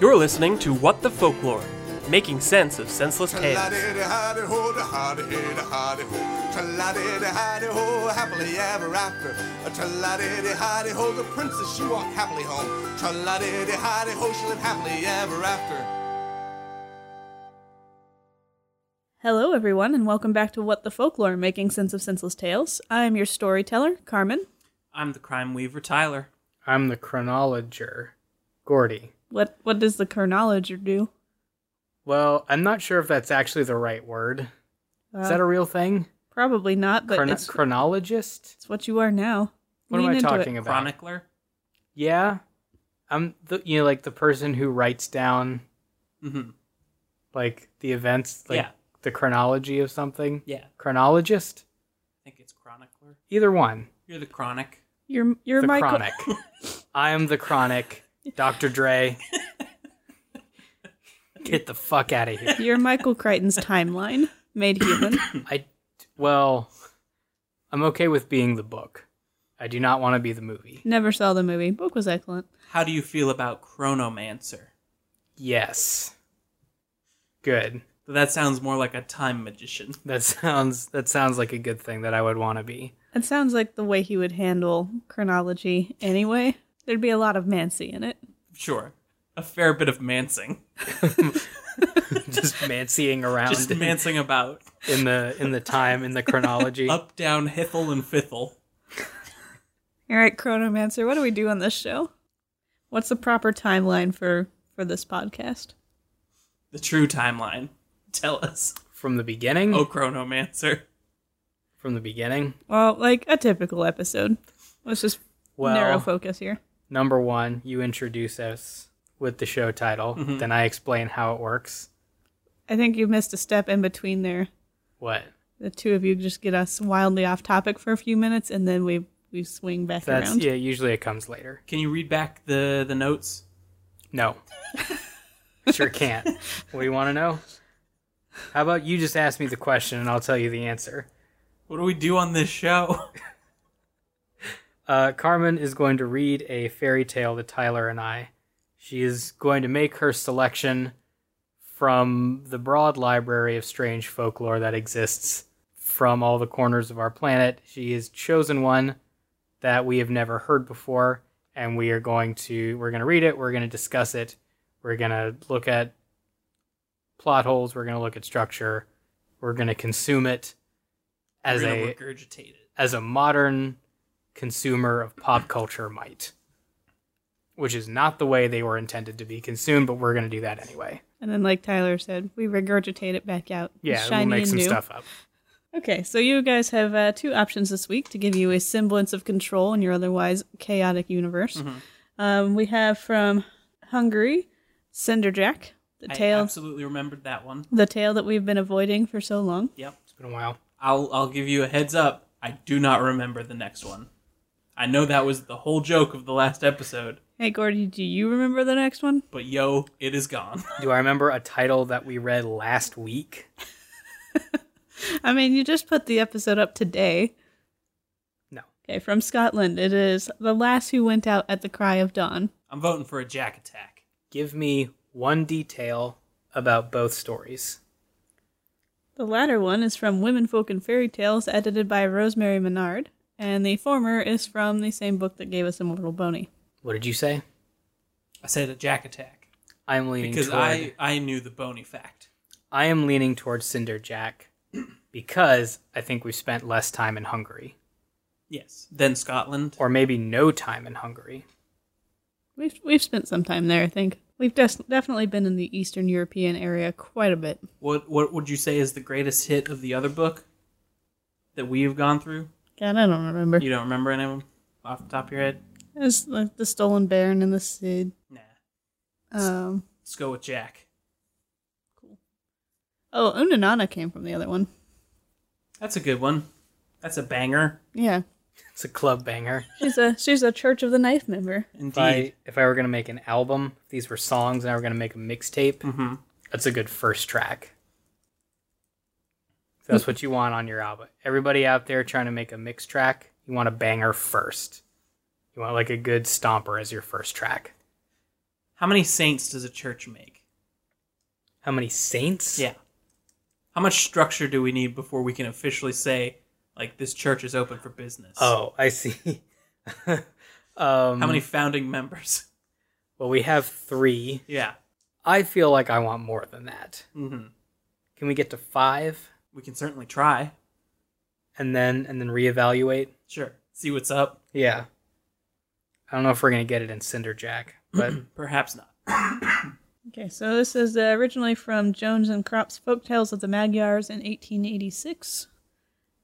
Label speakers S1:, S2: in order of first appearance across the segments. S1: You're listening to What the Folklore, making sense of senseless tales.
S2: Tla-di-di-hi-di-ho, da-ha-di-hi-di-hi-di-ho. Tla-di-di-hi-di-ho, happily ever after. Tla-di-di-hi-di-ho, the princess she walked happily home. Tla-di-di-hi-di-ho, she lived happily ever after.
S3: Hello, everyone, and welcome back to What the Folklore Making Sense of Senseless Tales. I'm your storyteller, Carmen.
S1: I'm the crime weaver Tyler.
S4: I'm the chronologer, Gordy.
S3: What what does the chronologer do?
S4: Well, I'm not sure if that's actually the right word.
S3: Uh,
S4: Is that a real thing?
S3: Probably not, but
S4: Chrono-
S3: it's,
S4: chronologist?
S3: it's what you are now.
S4: What
S3: Lean
S4: am I
S3: into it.
S4: talking about?
S1: Chronicler?
S4: Yeah, I'm the you know like the person who writes down
S1: Mm-hmm.
S4: like the events, like
S1: Yeah.
S4: the chronology of something.
S1: Yeah, I
S4: Chronologist,
S1: think it's chronicler.
S4: either one.
S1: You're the chronic.
S3: You're you're
S4: the
S3: my chro-
S4: chronic. I am the chronic. Dr. Dre. Get the fuck out of here.
S3: you're Michael Crichton's timeline made human.
S4: I well, I'm okay with being the book. I do not want to be the movie.
S3: Never saw the movie. Book was excellent.
S1: How do you feel about Chronomancer?
S4: Yes. Good.
S1: That sounds more like a time magician.
S4: That sounds that sounds like a good thing that I would want to be.
S3: It sounds like the way he would handle chronology anyway. There'd be a lot of Mancy in it.
S1: Sure. A fair bit of mancing.
S4: Just mancying around
S1: Just
S4: in,
S1: mancing about.
S4: in the in the time in the chronology.
S1: Up, down, hithel, and fithel.
S3: All right, Chronomancer, what do we do on this show? What's the proper timeline for for this podcast?
S1: The true timeline. Tell us.
S4: From the beginning?
S1: Oh, Chronomancer.
S4: From the beginning.
S3: Well, like a typical episode. Let's just
S4: Well,
S3: narrow focus here.
S4: number 1, you introduce us with the show title,
S1: Mm-hmm.
S4: then I explain how it works.
S3: I think you missed a step in between there.
S4: What?
S3: The two of you just get us wildly off topic for a few minutes, and then we we swing back
S4: That's
S3: around.
S4: yeah, usually it comes later.
S1: Can you read back the, the notes?
S4: No. sure can't. What do you want to know? How about you just ask me the question and I'll tell you the answer?
S1: What do we do on this show?
S4: Uh, Carmen is going to read a fairy tale to Tyler and I. She is going to make her selection from the broad library of strange folklore that exists from all the corners of our planet. She has chosen one that we have never heard before, and we are going to we're going to read it. We're going to discuss it. We're going to look at plot holes. We're going to look at structure. We're going to consume it as
S1: We're gonna
S4: a
S1: regurgitate it.
S4: as a modern consumer of pop culture might, which is not the way they were intended to be consumed, but we're going to do that anyway.
S3: and then, like Tyler said, we regurgitate it back out.
S4: Yeah,
S3: shiny
S4: we'll make
S3: and
S4: some
S3: new.
S4: stuff up.
S3: Okay, so you guys have uh, two options this week to give you a semblance of control in your otherwise chaotic universe.
S4: Mm-hmm.
S3: Um, we have from Hungary, Cinderjack, the
S1: I
S3: tale,
S1: absolutely remembered that one.
S3: the tale that we've been avoiding for so long.
S1: Yep.
S4: It's been a while.
S1: I'll I'll give you a heads up. I do not remember the next one. I know that was the whole joke of the last episode,
S3: Hey, Gordy, do you remember the next one?
S1: but yo, it is gone.
S4: Do I remember a title that we read last week?
S3: I mean, you just put the episode up today.
S4: No.
S3: Okay, from Scotland, it is The Lass Who Went Out at the Cry of Dawn.
S1: I'm voting for a jack attack.
S4: Give me one detail about both stories.
S3: The latter one is from Women Folk and Fairy Tales, edited by Rosemary Menard, and the former is from the same book that gave us Immortal Bony.
S4: What did you say?
S1: I said a jack attack
S4: I'm leaning
S1: because
S4: toward
S1: I I knew the bony fact.
S4: I am leaning towards Cinder Jack because I think we spent less time in Hungary
S1: Yes. Then Scotland.
S4: or maybe no time in Hungary.
S3: We've, we've spent some time there, I think. We've des- definitely been in the Eastern European area quite a bit.
S1: What what would you say is the greatest hit of the other book that we've gone through?
S3: God, I don't remember.
S1: You don't remember any of them off the top of your head?
S3: It was like the Stolen Baron and the Cid.
S1: Nah.
S3: Um,
S1: Let's go with Jack.
S3: oh, Unanana came from the other one.
S1: That's a good one. That's a banger.
S3: Yeah,
S4: It's a club banger.
S3: she's a she's a Church of the Knife member.
S1: Indeed.
S4: If I, if I were gonna make an album, if these were songs, and I were gonna make a mixtape,
S1: Mm-hmm.
S4: that's a good first track. If that's what you want on your album. Everybody out there trying to make a mix track, you want a banger first. You want like a good stomper as your first track.
S1: How many saints does a church make?
S4: How many saints?
S1: Yeah. How much structure do we need before we can officially say, like, this church is open for business?
S4: Oh, I see. um,
S1: How many founding members?
S4: Well, we have three.
S1: yeah.
S4: I feel like I want more than that.
S1: hmm
S4: Can we get to five
S1: We can certainly try.
S4: and then and then reevaluate?
S1: Sure. See what's up.
S4: Yeah. I don't know if we're gonna get it in Cinder Jack, but
S1: Perhaps not.
S3: Okay, so this is uh, originally from Jones and Kropp's Folktales of the Magyars in 1886,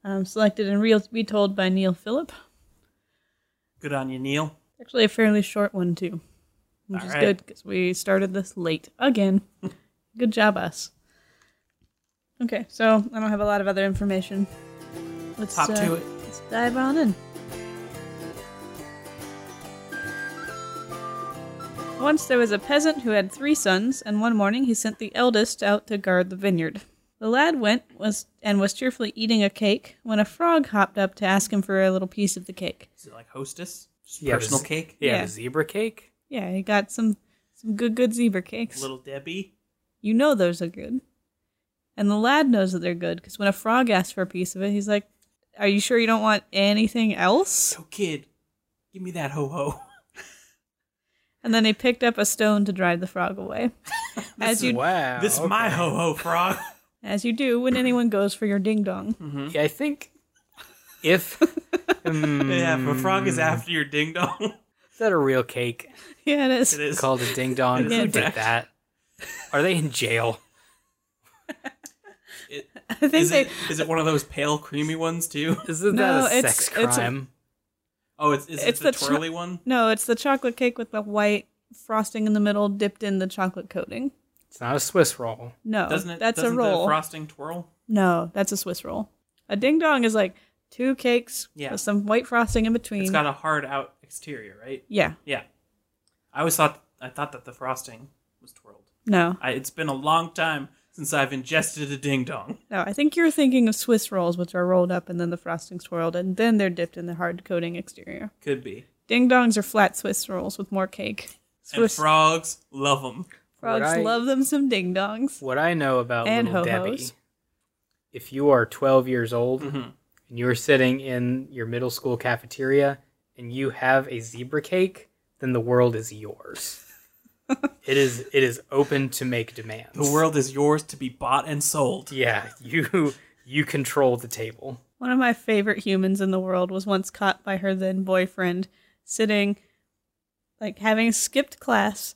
S3: um, selected and re- retold by Neil Philip.
S1: Good on you, Neil.
S3: Actually, a fairly short one, too, which
S1: All
S3: is
S1: right.
S3: good because we started this late again. good job, us. Okay, so I don't have a lot of other information. Let's
S1: Hop
S3: uh,
S1: to it.
S3: Let's dive on in. Once there was a peasant who had three sons, and one morning he sent the eldest out to guard the vineyard. The lad went was and was cheerfully eating a cake when a frog hopped up to ask him for a little piece of the cake.
S1: Is it like hostess? Just
S4: Yeah,
S1: Personal
S4: this-
S1: cake?
S4: yeah,
S3: Yeah.
S4: the zebra cake.
S3: Yeah, he got some some good good zebra cakes.
S1: Little Debbie?
S3: You know those are good. And the lad knows that they're good because when a frog asks for a piece of it, he's like, "Are you sure you don't want anything else?"
S1: Yo, kid, give me that ho ho.
S3: And then he picked up a stone to drive the frog away. as you
S4: wow,
S1: This
S4: Oh, okay.
S1: my ho ho frog.
S3: as you do when anyone goes for your ding dong.
S1: Hmm.
S4: Yeah, I think if Mm,
S1: Yeah, if a frog is after your ding dong,
S4: is that a real cake
S3: yeah, it is.
S1: it is.
S4: called a ding dong?
S1: It is
S4: Who did
S1: correct.
S4: that? Are they in jail?
S1: It-
S3: I think
S1: is,
S3: they
S1: it, is it one of those pale, creamy ones too?
S4: Isn't
S3: No,
S4: that a
S3: it's-
S4: sex
S3: it's a-
S4: crime?
S1: Oh, it's is
S3: It's
S1: it the,
S3: the cho-
S1: twirly one.
S3: no, it's the chocolate cake with the white frosting in the middle, dipped in the chocolate coating.
S4: It's not a Swiss roll.
S3: No,
S1: Doesn't it?
S3: that's a
S1: doesn't
S3: roll.
S1: The frosting twirl.
S3: no, that's a Swiss roll. A ding dong is like two cakes
S1: Yeah.
S3: with some white frosting in between.
S1: It's got a hard out exterior, right?
S3: yeah,
S1: Yeah. I always thought I thought that the frosting was twirled.
S3: no,
S1: I, it's been a long time since I've ingested a ding dong.
S3: no. I think you're thinking of Swiss rolls, which are rolled up and then the frosting's swirled and then they're dipped in the hard coating exterior.
S1: Could be.
S3: Ding dongs are flat Swiss rolls with more cake. Swiss
S1: And frogs love them.
S3: frogs
S4: Right.
S3: love them some ding dongs.
S4: What I know about
S3: And
S4: little Debbie,
S3: ho-hos.
S4: if you are 12 years old
S1: Mhm.
S4: and you're sitting in your middle school cafeteria and you have a zebra cake, then the world is yours. it is it is open to make demands.
S1: The world is yours to be bought and sold.
S4: Yeah, you you control the table.
S3: One of my favorite humans in the world was once caught by her then boyfriend sitting, like having skipped class,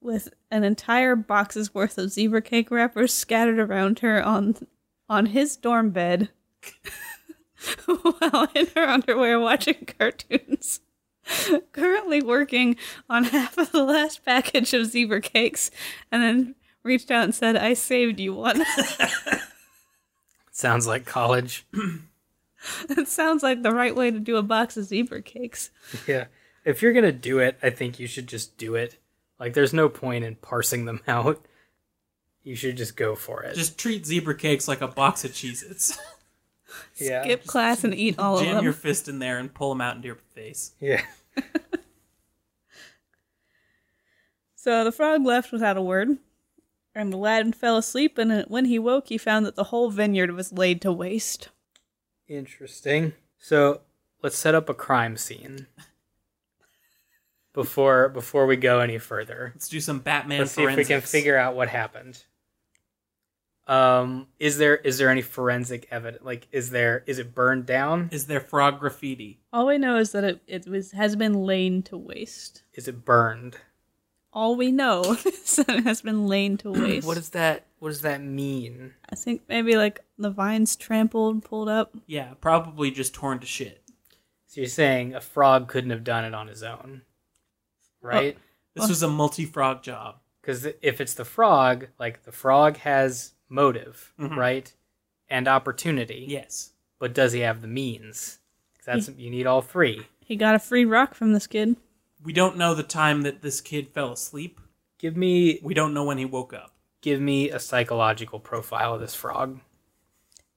S3: with an entire box's worth of zebra cake wrappers scattered around her on on his dorm bed, while in her underwear watching cartoons. Currently working on half of the last package of zebra cakes, and then reached out and said, "I saved you one."
S4: Sounds like college.
S3: That sounds like the right way to do a box of zebra cakes.
S4: yeah. If you're going to do it, I think you should just do it. Like there's no point in parsing them out. You should just go for it.
S1: Just treat zebra cakes like a box of Cheez-Its.
S4: yeah.
S3: Skip class and eat all of
S1: Jam
S3: them.
S1: your fist in there and pull them out into your face.
S4: Yeah.
S3: so the frog left without a word, and the lad fell asleep. And when he woke, he found that the whole vineyard was laid to waste.
S4: Interesting. So let's set up a crime scene before before we go any further.
S1: Let's do some Batman
S4: Let's see if we
S1: forensics.
S4: can figure out what happened. Um, is there is there any forensic evidence? Like, is there is it burned down?
S1: Is there frog graffiti?
S3: All we know is that it, it was has been laid to waste.
S4: Is it burned?
S3: All we know is that it has been laid to waste.
S4: What does that What does that mean?
S3: I think maybe like the vines trampled, pulled up.
S1: Yeah, probably just torn to shit.
S4: So you're saying a frog couldn't have done it on his own, right?
S1: This was a multi-frog job.
S4: because if it's the frog, like the frog has motive, right, and opportunity.
S1: Yes.
S4: but does he have the means? 'Cause That's you need all three.
S3: He got a free rock from this kid.
S1: We don't know the time that this kid fell asleep.
S4: Give me
S1: We don't know when he woke up.
S4: give me a psychological profile of this frog.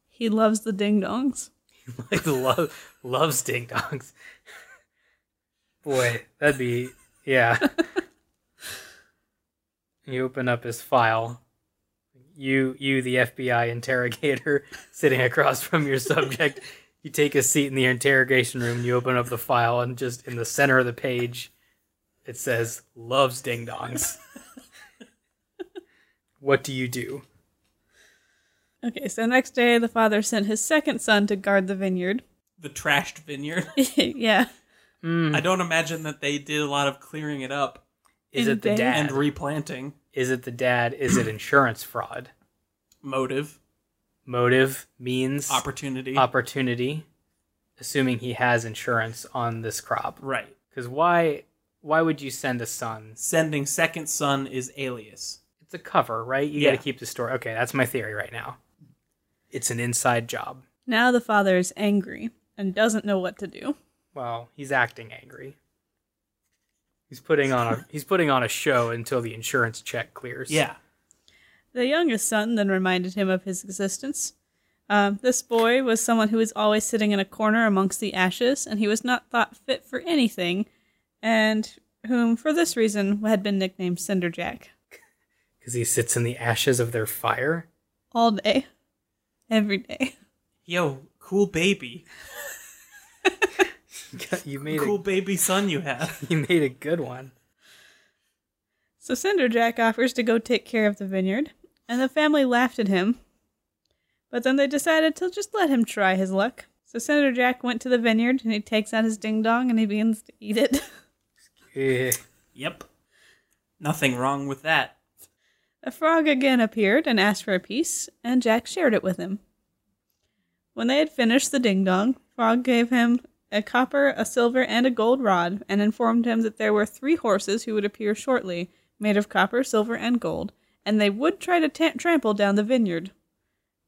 S3: He loves the ding dongs.
S4: like lo- loves ding dongs. Boy, that'd be yeah. You open up his file. You, you, the FBI interrogator, sitting across from your subject. You take a seat in the interrogation room. You open up the file, and just in the center of the page, it says "loves ding dongs." what do you do?
S3: Okay, so next day, the father sent his second son to guard the vineyard.
S1: The trashed vineyard.
S3: yeah.
S1: I don't imagine that they did a lot of clearing it up
S4: Is
S3: In
S4: it the
S3: bed.
S4: dad?
S1: and replanting.
S4: Is it the dad? Is it insurance fraud?
S1: Motive,
S4: Motive, means,
S1: opportunity.
S4: opportunity. Assuming he has insurance on this crop,
S1: right.
S4: because why? Why would you send a son?
S1: Sending second son is alias.
S4: It's a cover, right? You
S1: Yeah.
S4: got to keep the story. Okay, that's my theory right now. It's an inside job.
S3: Now the father is angry and doesn't know what to do.
S4: Well, he's acting angry. He's putting on a he's putting on a show until the insurance check clears.
S1: Yeah.
S3: The youngest son then reminded him of his existence. Um, this boy was someone who was always sitting in a corner amongst the ashes, and he was not thought fit for anything, and whom, for this reason, had been nicknamed Cinderjack
S4: because he sits in the ashes of their fire.
S3: all day, every day.
S1: Yo, cool baby.
S4: you made
S1: Cool baby son you have.
S4: a, you made a good one.
S3: So Cinderjack offers to go take care of the vineyard, and the family laughed at him. But then they decided to just let him try his luck. So Cinderjack went to the vineyard, and he takes out his ding dong and he begins to eat it.
S4: Eh.
S1: yep. Nothing wrong with that.
S3: A frog again appeared and asked for a piece, and Jack shared it with him. When they had finished the ding dong, Frog gave him a copper, a silver, and a gold rod, and informed him that there were three horses who would appear shortly, made of copper, silver, and gold, and they would try to ta- trample down the vineyard.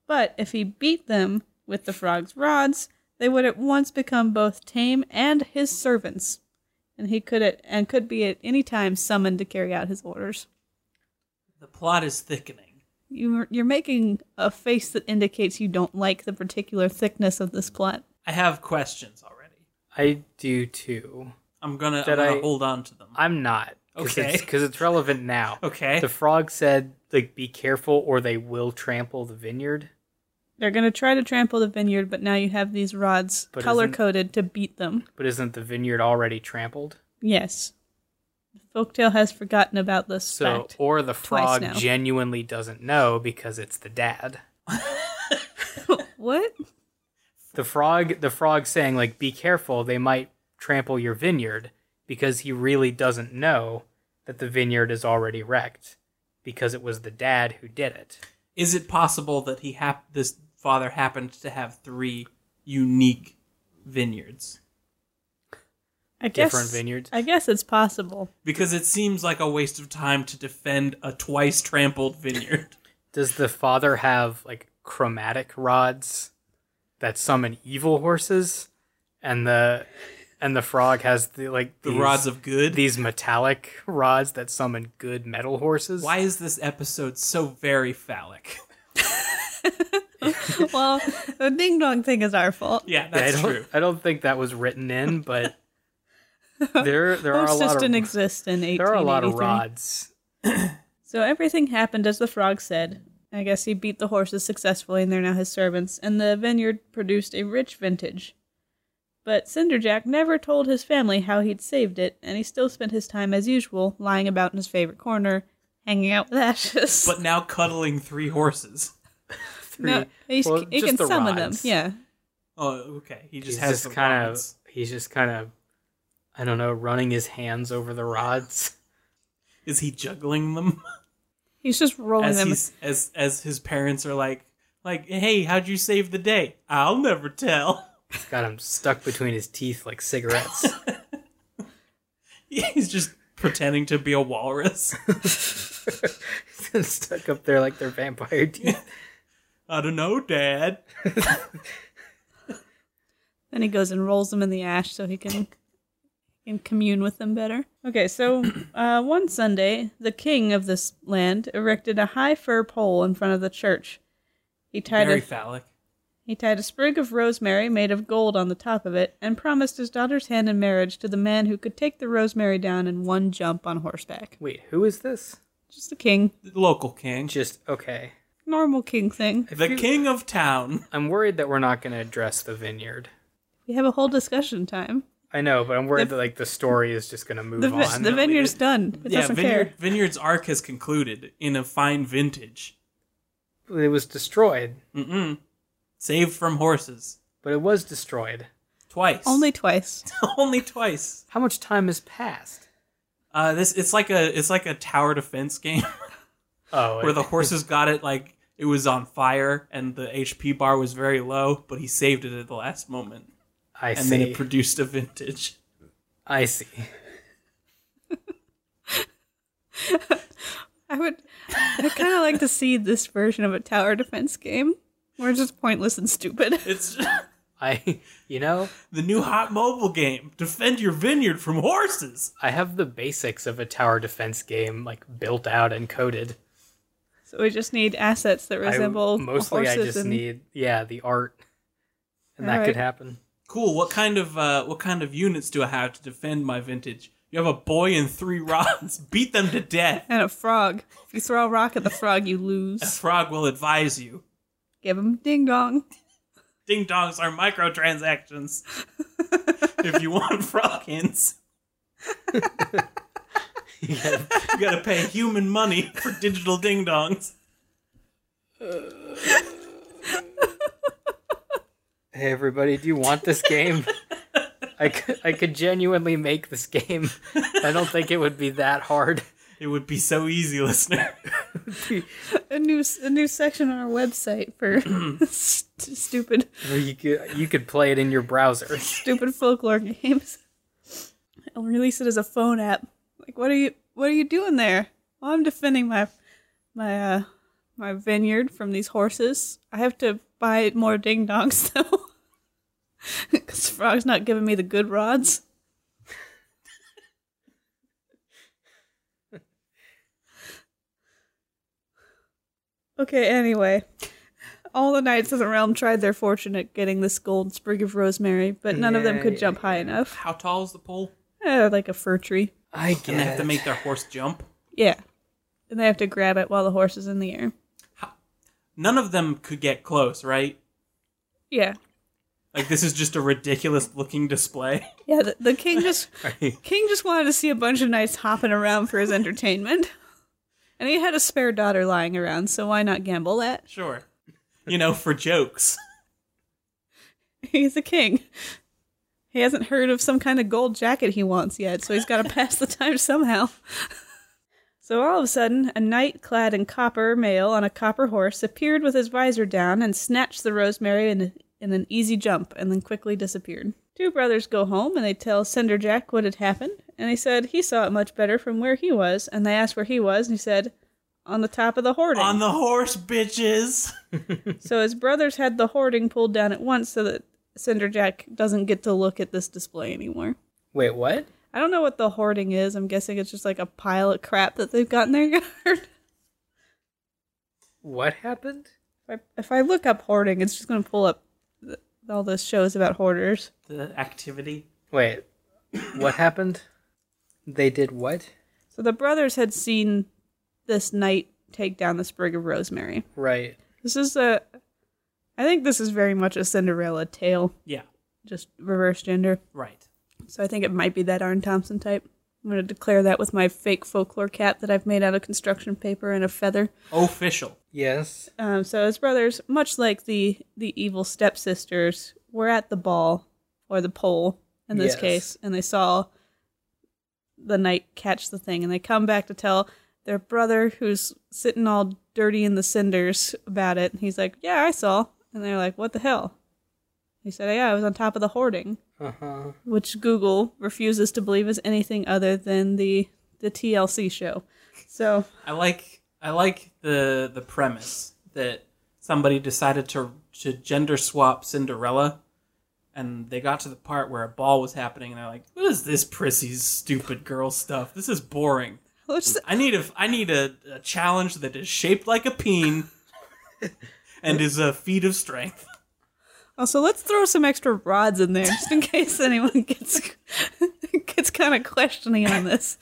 S3: But if he beat them with the frog's rods, they would at once become both tame and his servants, and he could at, and could be at any time summoned to carry out his orders.
S1: The plot is thickening.
S3: You, you're making a face that indicates you don't like the particular thickness of this plot.
S1: I have questions already.
S4: I do too.
S1: I'm gonna, I'm
S4: That
S1: gonna
S4: I-
S1: hold on to them.
S4: I'm not. Cause
S1: Okay.
S4: Because it's, relevant now.
S1: okay.
S4: The frog said, like, be careful or they will trample the vineyard.
S3: They're going to try to trample the vineyard, but now you have these rods
S4: But isn't-
S3: color coded to beat them.
S4: But isn't the vineyard already trampled?
S3: Yes. Folktale has forgotten about this
S4: So,
S3: fact.
S4: or the
S3: Twice
S4: frog
S3: now.
S4: genuinely doesn't know because it's the dad. oh,
S3: What?
S4: The frog, the frog saying, like, be careful, they might trample your vineyard because he really doesn't know that the vineyard is already wrecked because it was the dad who did it.
S1: is it possible that he hap- this father happened to have three unique vineyards?
S3: I guess,
S4: Different vineyards.
S3: I guess it's possible.
S1: Because it seems like a waste of time to defend a twice trampled vineyard.
S4: Does the father have like chromatic rods that summon evil horses, and the and the frog has the like
S1: the
S4: these-
S1: rods of good.
S4: these metallic rods that summon good metal horses?
S1: Why is this episode so very phallic?
S3: well, the ding dong thing is our fault.
S1: Yeah,
S4: I
S1: that's
S4: don't,
S1: true.
S4: I don't think that was written in, but there there are a
S3: Horse just
S4: lot
S3: didn't
S4: of
S3: exist in 1883.
S4: there are a lot of rods.
S3: So everything happened as the frog said. I guess he beat the horses successfully, and they're now his servants, and the vineyard produced a rich vintage. But Cinderjack never told his family how he'd saved it, and he still spent his time as usual, lying about in his favorite corner, hanging out with ashes.
S1: But now cuddling three horses.
S4: Three,
S3: no, he's,
S4: well,
S3: he
S4: just
S3: can
S4: the
S3: summon them.
S4: rods.
S3: Yeah,
S1: Oh, okay. He just
S4: he's
S1: has
S4: just
S1: the
S4: kind of
S1: rods.
S4: he's just kind of I don't know running his hands over the rods.
S1: Is he juggling them
S3: he's just rolling
S1: as
S3: them.
S1: he's as as his parents are like like Hey, how'd you save the day? I'll never tell.
S4: Got him stuck between his teeth like cigarettes.
S1: He's just pretending to be a walrus.
S4: stuck up there like they're vampire teeth.
S1: I don't know, Dad.
S3: Then he goes and rolls them in the ash so he can can commune with them better. Okay, so uh, one Sunday, the king of this land erected a high fir pole in front of the church. He tied
S1: Very
S3: a,
S1: phallic.
S3: he tied a sprig of rosemary made of gold on the top of it and promised his daughter's hand in marriage to the man who could take the rosemary down in one jump on horseback.
S4: Wait, who is this?
S3: Just a king.
S1: The local king,
S4: Just okay.
S3: Normal king thing.
S4: I
S1: the
S4: feel-
S1: king of town.
S4: I'm worried that we're not going to address the vineyard.
S3: We have a whole discussion time.
S4: I know, but I'm worried that like the story is just going to move
S3: The, vi-
S4: on.
S3: the vineyard's done. It
S1: yeah,
S3: doesn't
S1: vineyard,
S3: care.
S1: vineyard's arc has concluded in a fine vintage,
S4: it was destroyed,
S1: Mm-mm. saved from horses
S4: but it was destroyed.
S1: twice.
S3: Only twice.
S1: only twice.
S4: How much time has passed?
S1: Uh, this it's like a it's like a tower defense game
S4: Oh,
S1: where the horses got it like it was on fire and the HP bar was very low, but he saved it at the last moment,
S4: I
S1: and
S4: see.
S1: then it produced a vintage.
S4: I see.
S3: I would. I kind of like to see this version of a tower defense game. We're just pointless and stupid.
S1: It's
S4: I, you know,
S1: the new hot mobile game. Defend your vineyard from horses.
S4: I have the basics of a tower defense game like built out and coded.
S3: So we just need assets that
S4: I-
S3: resemble
S4: mostly, I
S3: horses
S4: just
S3: and
S4: need yeah the art, and that
S3: Alright.
S4: could happen.
S1: Cool. What kind of uh, what kind of units do I have to defend my vintage? You have a boy and three rods. Beat them to death.
S3: and a frog. If you throw a rock at the frog, you
S1: A
S3: lose.
S1: frog will advise you.
S3: Give him ding dong.
S1: Ding dongs are microtransactions. if you want frogins, you gotta pay human money for digital ding dongs.
S4: Hey everybody, do you want this game? I could, I could genuinely make this game. I don't think it would be that hard.
S1: It would be so easy, listener.
S3: A new s- a new section on our website for st- stupid
S4: Or you could you could play it in your browser.
S3: stupid folklore games. I'll release it as a phone app. Like, what are you what are you doing there? Well, I'm defending my my uh my vineyard from these horses. I have to buy more ding dongs though, because frog's not giving me the good rods. Okay, anyway. All the knights of the realm tried their fortune at getting this gold sprig of rosemary, but none of them could
S4: Yeah,
S3: jump high enough.
S1: How tall is the pole?
S3: Eh, like a fir tree.
S4: I get
S1: And they have to
S4: it.
S1: make their horse jump.
S3: Yeah. And they have to grab it while the horse is in the air.
S1: None of them could get close, right?
S3: Yeah.
S1: Like this is just a ridiculous looking display.
S3: Yeah, the, the king just
S4: Right.
S3: king just wanted to see a bunch of knights hopping around for his entertainment. And he had a spare daughter lying around, so why not gamble that?
S1: Sure. You know, for jokes.
S3: He's a king. He hasn't heard of some kind of gold jacket he wants yet, so he's got to pass the time somehow. so all of a sudden, a knight clad in copper mail on a copper horse appeared with his visor down and snatched the rosemary in, in an easy jump and then quickly disappeared. Two brothers go home and they tell Cinder Jack what had happened, and he said he saw it much better from where he was, and they asked where he was, and he said, on the top of the hoarding.
S1: On the horse, bitches.
S3: So his brothers had the hoarding pulled down at once so that Cinder Jack doesn't get to look at this display anymore.
S4: Wait, what?
S3: I don't know what the hoarding is. I'm guessing it's just like a pile of crap that they've got in their yard.
S4: What happened?
S3: If I, if I look up hoarding, it's just going to pull up th- all those shows about hoarders.
S1: The activity.
S4: Wait, what happened? They did what?
S3: So the brothers had seen this knight take down the sprig of rosemary.
S4: Right.
S3: This is a. I think this is very much a Cinderella tale,
S1: Yeah,
S3: just reverse gender.
S1: right.
S3: So I think it might be that Arn Thompson type. I'm going to declare that with my fake folklore cap that I've made out of construction paper and a feather.
S1: Official.
S4: Yes.
S3: Um, so his brothers, much like the the evil stepsisters, were at the ball or the pole in this
S4: Yes.
S3: case, and they saw the knight catch the thing, and they come back to tell their brother, who's sitting all dirty in the cinders, about it. And he's like, "Yeah, I saw," and they're like, "What the hell?" He said, "Yeah, I was on top of the hoarding."
S4: Uh huh.
S1: Oh,
S3: which Google refuses to believe is anything other than the the TLC show. So
S1: I like I like the the premise that somebody decided to to gender swap Cinderella and they got to the part where a ball was happening and they're like, What is this prissy's stupid girl stuff? This is boring.
S3: let's
S1: I need a I need a, a challenge that is shaped like a peen and is a feat of strength.
S3: also let's throw some extra rods in there just in case anyone gets gets kind of questioning on this.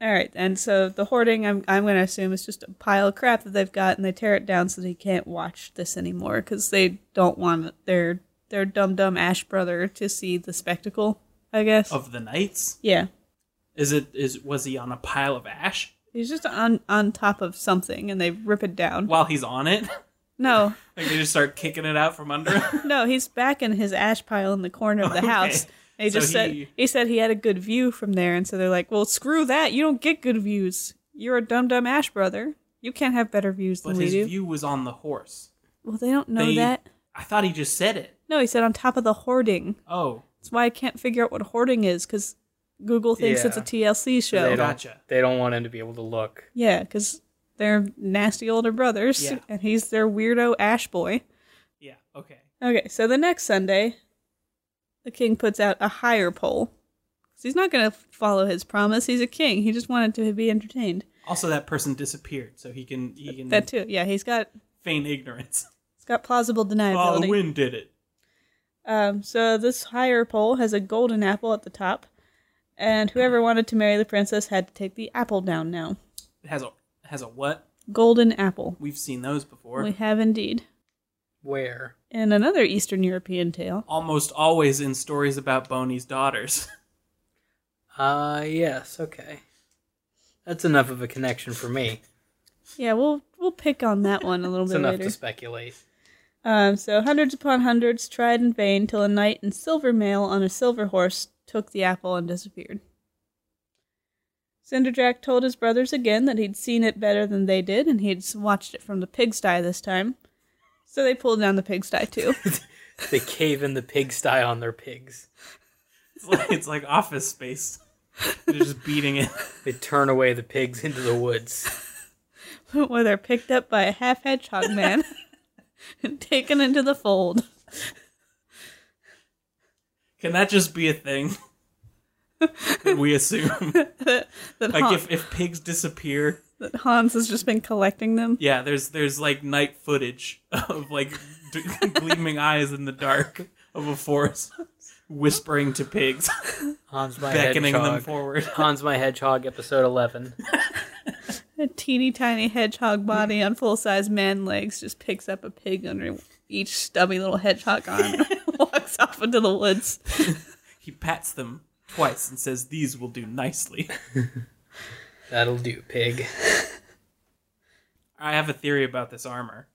S3: All right, and so the hoarding, I'm I'm going to assume is just a pile of crap that they've got, and they tear it down so that he can't watch this anymore because they don't want their their dumb dumb Ash brother to see the spectacle. I guess.
S1: Of the knights?
S3: yeah,
S1: Is it is was he on a pile of ash
S3: he's just on on top of something, and they rip it down.
S1: while he's on it?
S3: No,
S1: Like they just start kicking it out from under him?
S3: no, he's back in his ash pile in the corner of the
S1: Okay.
S3: house. And he
S1: So
S3: just said
S1: he-
S3: he said he had a good view from there, and so they're like, "Well, screw that! You don't get good views. You're a dumb dumb Ash brother. You can't have better views
S1: But
S3: than we
S1: his
S3: do."
S1: view was on the horse.
S3: well, they don't know
S1: they-
S3: that.
S1: I thought he just said it.
S3: No, he said on top of the hoarding.
S1: Oh,
S3: That's why I can't figure out what hoarding is because Google thinks it's a
S4: Yeah.
S3: TLC
S4: They
S3: show.
S4: don't,
S1: Gotcha.
S4: they don't want him to be able to look.
S3: Yeah, because they're nasty older brothers,
S1: Yeah.
S3: and he's their weirdo Ash boy.
S1: yeah. Okay.
S3: Okay, so the next Sunday, the king puts out a higher poll. 'Cause he's not going to follow his promise. He's a king. He just wanted to be entertained.
S1: Also, that person disappeared, so he can he can
S3: That too. Yeah, he's got
S1: feign ignorance.
S3: he's got plausible
S1: Oh, the
S3: deniability.
S1: wind did it.
S3: Um, so this higher pole has a golden apple at the top, and whoever wanted to marry the princess had to take the apple down. Now,
S1: It has a has a what?
S3: golden apple.
S1: We've seen those before.
S3: We have indeed.
S4: Where?
S3: And another Eastern European tale.
S1: Almost always in stories about Boney's daughters.
S4: Uh, yes, okay. That's enough of a connection for me.
S3: Yeah, we'll we'll pick on that one a little
S4: It's
S3: bit
S4: enough
S3: later.
S4: to speculate.
S3: Um, so hundreds upon hundreds tried in vain till a knight in silver mail on a silver horse took the apple and disappeared. Cinderjack told his brothers again that he'd seen it better than they did, and he'd s- watched it from the pigsty this time. So they pulled down the pigsty too.
S4: They cave in the pigsty on their pigs.
S1: It's like, it's like Office Space. They're just beating it.
S4: They turn away the pigs into the woods.
S3: where they're picked up by a half hedgehog man and taken into the fold.
S1: Can that just be a thing? that we assume.
S3: That,
S1: like
S3: Han-
S1: if, if pigs disappear,
S3: that Hans has just been collecting them.
S1: yeah, there's there's like night footage of like d- gleaming eyes in the dark of a forest whispering to pigs,
S4: Hans my
S1: beckoning
S4: hedgehog.
S1: them forward.
S4: Hans my hedgehog, episode eleven.
S3: A teeny tiny hedgehog body on full size man legs just picks up a pig under each stubby little hedgehog arm and walks off into the woods.
S1: He pats them twice and says, "These will do nicely."
S4: That'll do, pig.
S1: I have a theory about this armor.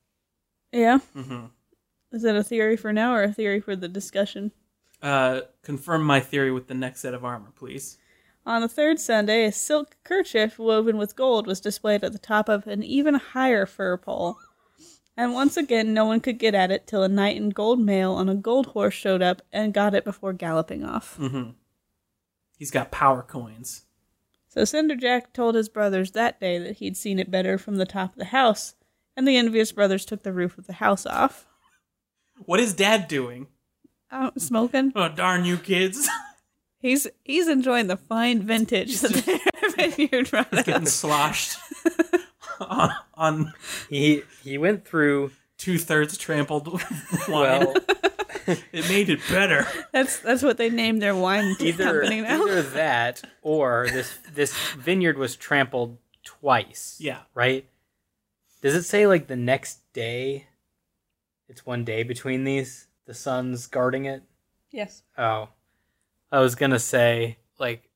S3: Yeah. Is that a theory for now or a theory for the discussion?
S1: Uh, confirm my theory with the next set of armor, please.
S3: On the third Sunday, a silk kerchief woven with gold was displayed at the top of an even higher fir pole. And once again, no one could get at it till a knight in gold mail on a gold horse showed up and got it before galloping off.
S1: He's got power coins.
S3: So Cinderjack told his brothers that day that he'd seen it better from the top of the house, and the envious brothers took the roof of the house off.
S1: What is Dad doing?
S3: Out smoking.
S1: Oh, darn you kids!
S3: He's he's enjoying the fine vintage that they have in your product.
S1: Getting sloshed on, on
S4: He he went through
S1: two thirds trampled wine.
S4: well
S1: It made it better.
S3: That's that's what they named their wine
S4: either
S3: company now.
S4: either that or this this vineyard was trampled twice.
S1: Yeah.
S4: Right? Does it say like the next day? It's one day between these? The sun's guarding it?
S3: Yes.
S4: Oh. I was gonna say, like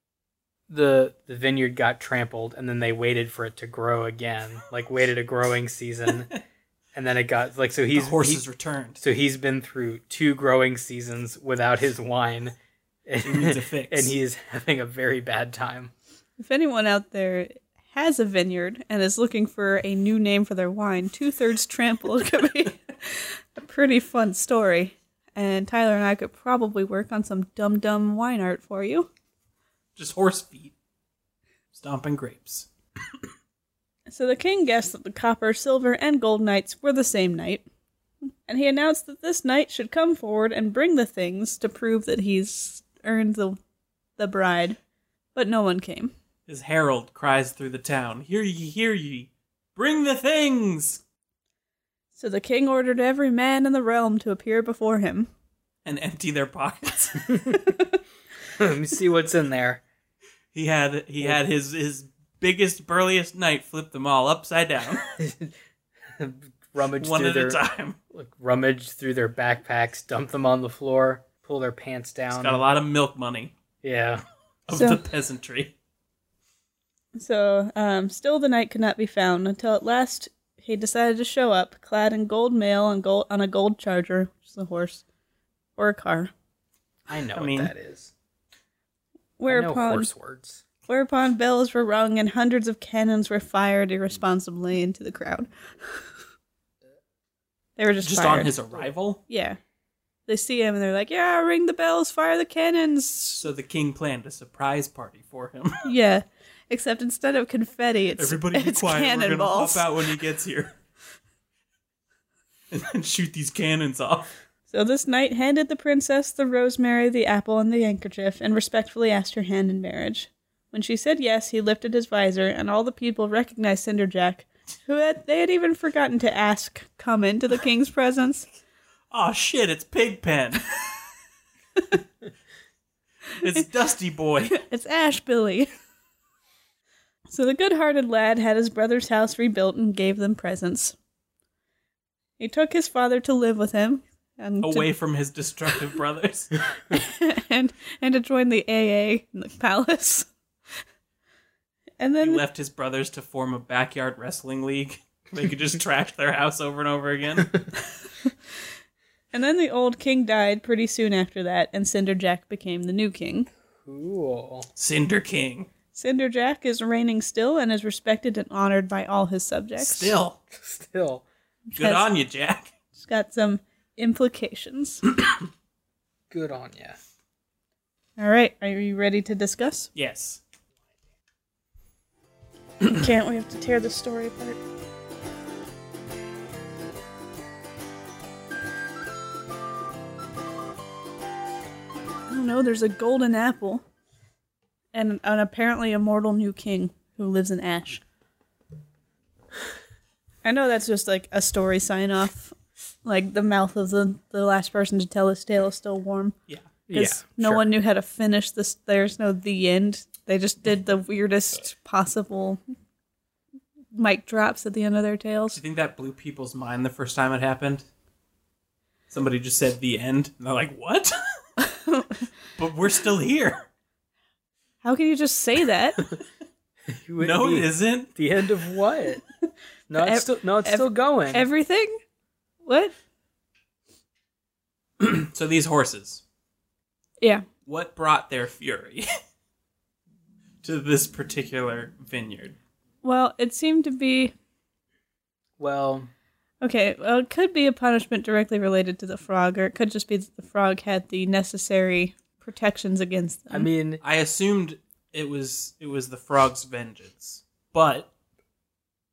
S4: the the vineyard got trampled and then they waited for it to grow again. Like waited a growing season and then it got like so he's
S1: the horses
S4: he-
S1: returned.
S4: so he's been through two growing seasons without his wine. And,
S1: needs a fix.
S4: and he is having a very bad time.
S3: If anyone out there has a vineyard and is looking for a new name for their wine, Two Thirds Trample could be a pretty fun story. And Tyler and I could probably work on some dumb dumb wine art for you.
S1: Just horse feet stomping grapes.
S3: So the king guessed that the copper, silver, and gold knights were the same knight. And he announced that this knight should come forward and bring the things to prove that he's earned the the bride. But no one came.
S1: His herald cries through the town, "Hear ye, hear ye! Bring the things!"
S3: So the king ordered every man in the realm to appear before him.
S1: And empty their pockets.
S4: Let me see what's in there.
S1: he had he had his his biggest, burliest knight flipped them all upside down,
S4: rummage
S1: one
S4: through
S1: at
S4: their
S1: a time.
S4: like, rummage through their backpacks, dump them on the floor, pull their pants down.
S1: Got a lot of milk money
S4: Yeah.
S1: of
S3: So-
S1: the peasantry.
S3: So, um, still the knight could not be found until at last he decided to show up, clad in gold mail and gold on a gold charger, which is a horse or a car.
S4: I know
S1: I
S4: what
S1: mean-
S4: that is. I know
S3: Whereupon,
S4: horse words.
S3: whereupon bells were rung and hundreds of cannons were fired irresponsibly into the crowd. they were just,
S1: Just
S3: fired.
S1: on his arrival,
S3: yeah. They see him and they're like, "Yeah, ring the bells, fire the cannons."
S1: so the king planned a surprise party for him.
S3: yeah. Except instead of confetti, it's
S1: Everybody be
S3: it's
S1: quiet. We're gonna
S3: cannonballs.
S1: hop out when he gets here. and then shoot these cannons off.
S3: So this knight handed the princess the rosemary, the apple, and the handkerchief, and respectfully asked her hand in marriage. When she said yes, he lifted his visor, and all the people recognized Cinder Jack, who had, they had even forgotten to ask come into the king's presence.
S1: Oh shit, it's Pigpen. it's Dusty Boy.
S3: It's Ash Billy. so the good hearted lad had his brother's house rebuilt and gave them presents. He took his father to live with him and to-
S1: Away from his destructive brothers.
S3: and and to join the AA in the palace. And
S1: He
S3: then
S1: left his brothers to form a backyard wrestling league. They could just trash their house over and over again.
S3: and then the old king died pretty soon after that, and Cinder Jack became the new king.
S4: Cool.
S1: Cinder King.
S3: Cinder Jack is reigning still and is respected and honored by all his subjects.
S1: Still.
S4: Still.
S1: Good on you, Jack.
S3: It's got some implications.
S4: Good on ya.
S3: all right, are you ready to discuss?
S1: Yes.
S3: Can't we have to tear the story apart? I don't know. There's a golden apple, and an apparently immortal new king who lives in ash. I know that's just like a story sign off. Like the mouth of the, the last person to tell his tale is still warm.
S1: Yeah.
S3: Because no
S4: sure.
S3: one knew how to finish this. There's no the end. They just did the weirdest possible mic drops at the end of their
S1: Do
S3: tales.
S1: you think that blew people's mind the first time it happened? Somebody just said the end, and they're like, "What?" but we're still here.
S3: How can you just say that?
S4: You would
S1: no,
S4: be-
S1: it isn't.
S4: The end of what? No,
S3: Ev-
S4: it's still no, it's
S3: ev-
S4: still going.
S3: Everything? What?
S1: So these horses,
S3: Yeah.
S1: what brought their fury to this particular vineyard?
S3: Well, it seemed to be
S4: well,
S3: okay. Well, it could be a punishment directly related to the frog, or it could just be that the frog had the necessary protections against them.
S4: I mean,
S1: I assumed it was it was the frog's vengeance, but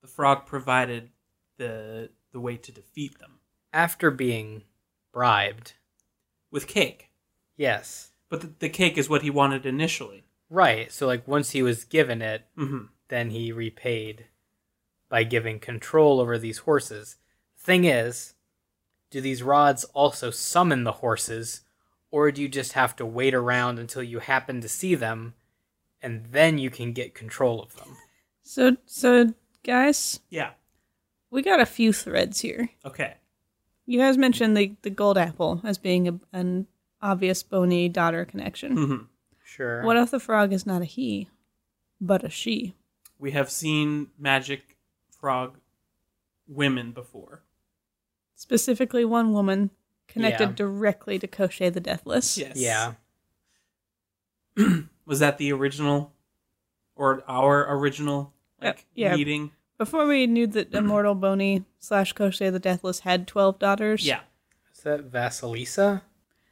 S1: the frog provided the the way to defeat them
S4: after being bribed.
S1: with cake.
S4: Yes.
S1: But the, the cake is what he wanted initially.
S4: Right. So like once he was given it,
S1: hmm
S4: then he repaid by giving control over these horses. Thing is, do these rods also summon the horses, or do you just have to wait around until you happen to see them, and then you can get control of them?
S3: so, so guys,
S1: Yeah.
S3: we got a few threads here.
S1: Okay.
S3: You guys mentioned the, the gold apple as being a, an obvious bony daughter connection.
S1: hmm
S4: Sure.
S3: What if the frog is not a he, but a she?
S1: We have seen magic frog women before.
S3: Specifically, one woman connected
S4: Yeah.
S3: directly to Koshé the Deathless.
S1: Yes.
S4: yeah.
S1: Was that the original or our original
S3: Uh,
S1: like
S3: yeah.
S1: meeting?
S3: Before we knew that Immortal Bony slash Koshé the Deathless had 12 daughters.
S1: Yeah.
S4: Is that Vasilisa?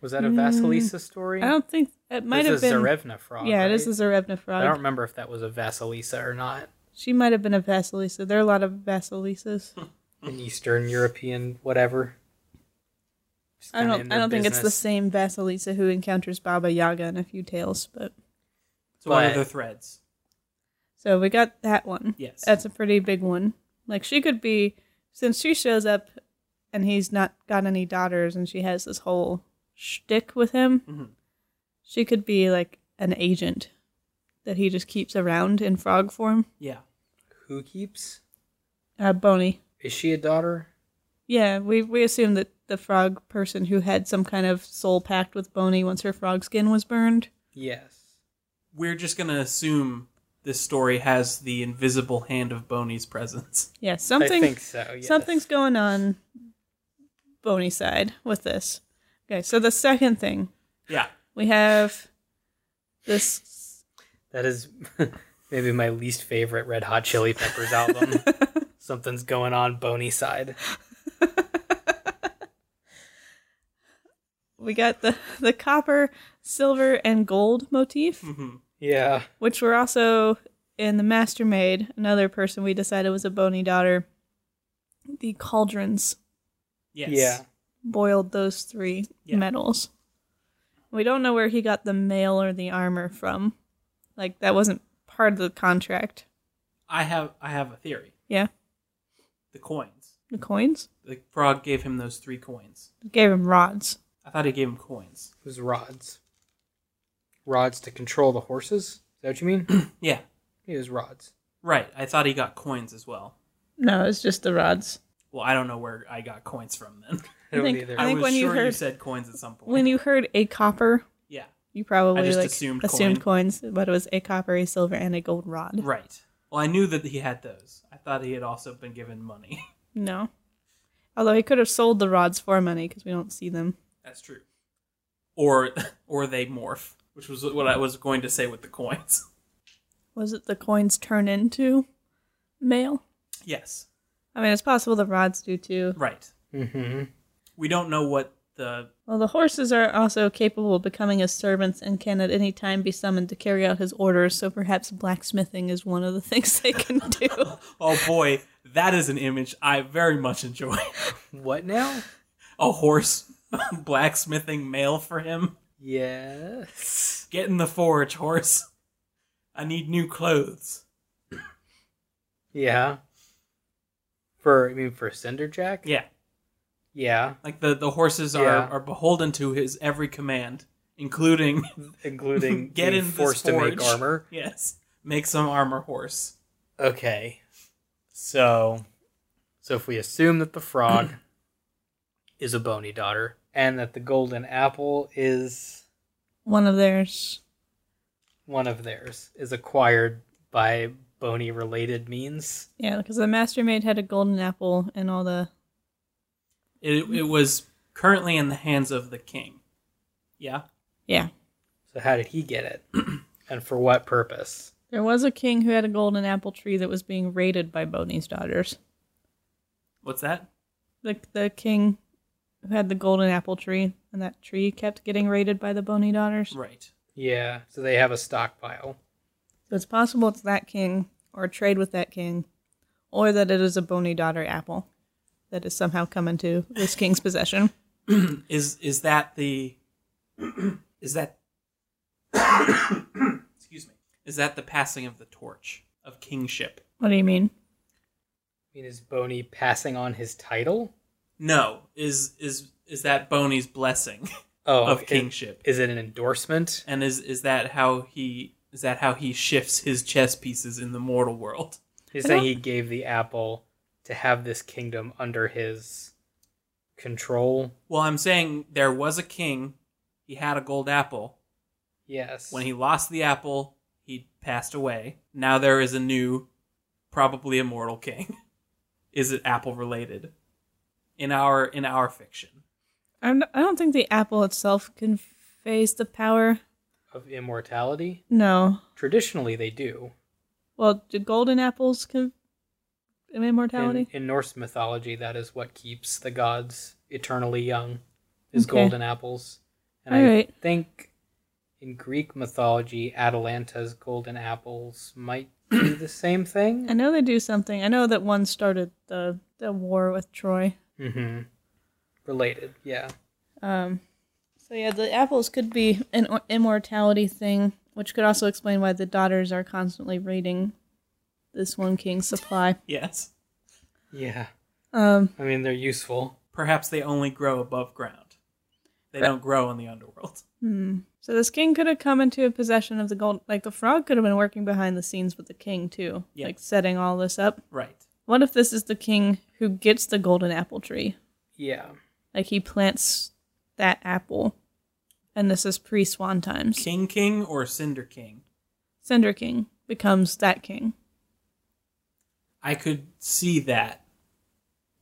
S4: Was that a
S3: Mm,
S4: Vasilisa story?
S3: I don't think it might have
S4: That's a
S3: been.
S4: Zarevna frog.
S3: yeah, it
S4: right?
S3: is the Zarevna
S4: I don't
S3: frog.
S4: remember if that was a Vasilisa or not.
S3: She might have been a Vasilisa. There are a lot of Vasilisas.
S4: An Eastern European whatever. Just
S3: I
S4: kinda
S3: don't.
S4: in
S3: I
S4: their
S3: don't think it's the
S4: business.
S3: same Vasilisa who encounters Baba Yaga in a few tales, but
S1: So what
S4: But-
S1: are the threads?
S3: So we got that one.
S1: Yes.
S3: That's a pretty big one. Like she could be since she shows up and he's not got any daughters and she has this
S4: Mm-hmm.
S3: whole shtick with him,
S1: Mhm.
S3: she could be like an agent that he just keeps around in frog form.
S1: Yeah.
S4: Who keeps?
S3: Uh, Boney.
S4: Is she a daughter?
S3: Yeah, we we assume that the frog person who had some kind of soul pact with Boney once her frog skin was burned.
S4: Yes.
S1: We're just going to assume this story has the invisible hand of Boney's presence.
S3: Yeah, something
S4: I think so. Yes.
S3: something's going on Boney's side with this. Okay, so the second thing
S1: Yeah.
S3: we have this
S4: That is maybe my least favorite Red Hot Chili Peppers album. Something's going on bony side.
S3: we got the the copper, silver, and gold motif.
S1: hmm
S4: Yeah.
S3: which were also in the Mastermaid, another person we decided was a bony daughter. The cauldrons
S1: Yes.
S4: Yeah.
S3: boiled those three
S1: Yeah.
S3: metals. We don't know where he got the mail or the armor from. Like that wasn't part of the contract.
S1: I have I have a theory.
S3: Yeah,
S1: The coins.
S3: the coins
S1: The frog gave him those three coins.
S3: gave him rods.
S1: I thought he gave him coins.
S4: It was rods. Rods to control the horses? Is that what you mean?
S1: Yeah.
S4: it was rods.
S1: Right. I thought he got coins as well.
S3: No, it's just the rods.
S1: Well, I don't know where I got coins from then.
S4: I
S3: I
S4: don't
S3: think-
S4: either.
S3: I
S1: I,
S3: think
S1: was
S3: when you
S1: sure you
S3: heard-
S1: said coins at some point.
S3: When you heard a copper,
S1: yeah.
S3: you probably
S1: just
S3: like
S1: assumed
S3: assumed,
S1: coin.
S3: coins, but it was a copper, a silver, and a gold rod.
S1: Right. Well, I knew that he had those. I thought he had also been given money.
S3: No, although he could have sold the rods for money because we don't see them.
S1: That's true. Or or they morph, which was what I was going to say with the coins.
S3: was it the coins turn into mail?
S1: yes.
S3: I mean, it's possible the rods do too.
S1: Right.
S4: mm-hmm.
S1: We don't know what the
S3: Well, the horses are also capable of becoming his servants and can at any time be summoned to carry out his orders, so perhaps blacksmithing is one of the things they can do.
S1: Oh boy, that is an image I very much enjoy.
S4: What now?
S1: A horse blacksmithing mail for him.
S4: Yes.
S1: Get in the forge, horse. I need new clothes.
S4: Yeah. For I mean for Cinder Jack?
S1: Yeah.
S4: Yeah.
S1: Like the, the horses are,
S4: Yeah.
S1: are beholden to his every command, including
S4: Including
S1: Get
S4: being
S1: in this
S4: forced to make
S1: forge.
S4: armor.
S1: yes, make some armor horse.
S4: Okay. So so if we assume that the frog is a bony daughter and that the golden apple is
S3: one of theirs.
S4: one of theirs is acquired by bony related means.
S3: Yeah, because the mastermaid had a golden apple and all the.
S1: It it was currently in the hands of the king. Yeah.
S3: Yeah.
S4: So how did he get it? and for what purpose?
S3: There was a king who had a golden apple tree that was being raided by Boney's daughters.
S1: What's that?
S3: The, the king who had the golden apple tree, and that tree kept getting raided by the Boney daughters.
S1: Right.
S4: Yeah, so they have a stockpile.
S3: So it's possible it's that king, or trade with that king, or that it is a bony daughter apple that is somehow come into this king's possession.
S1: Is is that the is that excuse me. Is that the passing of the torch of kingship?
S3: What do you mean?
S4: I mean, is Boney passing on his title?
S1: No. Is is is that Boney's blessing
S4: Oh,
S1: of
S4: it-
S1: kingship?
S4: Is it an endorsement?
S1: And is is that how he is that how he shifts his chess pieces in the mortal world?
S4: He's
S3: I
S4: saying
S3: don't-
S4: he gave the apple to have this kingdom under his control.
S1: Well, I'm saying there was a king. He had a gold apple.
S4: Yes.
S1: When he lost the apple, he passed away. Now there is a new, probably immortal king. Is it apple related? In our in our fiction,
S3: I'm, I don't think the apple itself conveys the power.
S4: of immortality.
S3: No.
S4: Traditionally, they do.
S3: Well, do golden apples con-
S4: In,
S3: immortality?
S4: in Norse mythology, that is what keeps the gods eternally young, is
S3: Okay.
S4: golden apples. And I
S3: Alright.
S4: think in Greek mythology, Atalanta's golden apples might do the same thing.
S3: I know they do something. I know that one started the, the war with Troy.
S4: Mm-hmm. Related, yeah.
S3: Um, so yeah, the apples could be an o- immortality thing, which could also explain why the daughters are constantly raiding this one king's supply.
S1: yes.
S4: Yeah.
S3: Um,
S4: I mean, they're useful.
S1: Perhaps they only grow above ground. They don't grow in the underworld.
S3: Hmm. So this king could have come into possession of the gold. Like the frog could have been working behind the scenes with the king too,
S1: Yeah.
S3: like setting all this up.
S1: Right.
S3: What if this is the king who gets the golden apple tree?
S4: Yeah.
S3: Like he plants that apple, and this is pre-swan times.
S1: King King or Cinder King?
S3: Cinder King becomes that king,
S1: I could see that.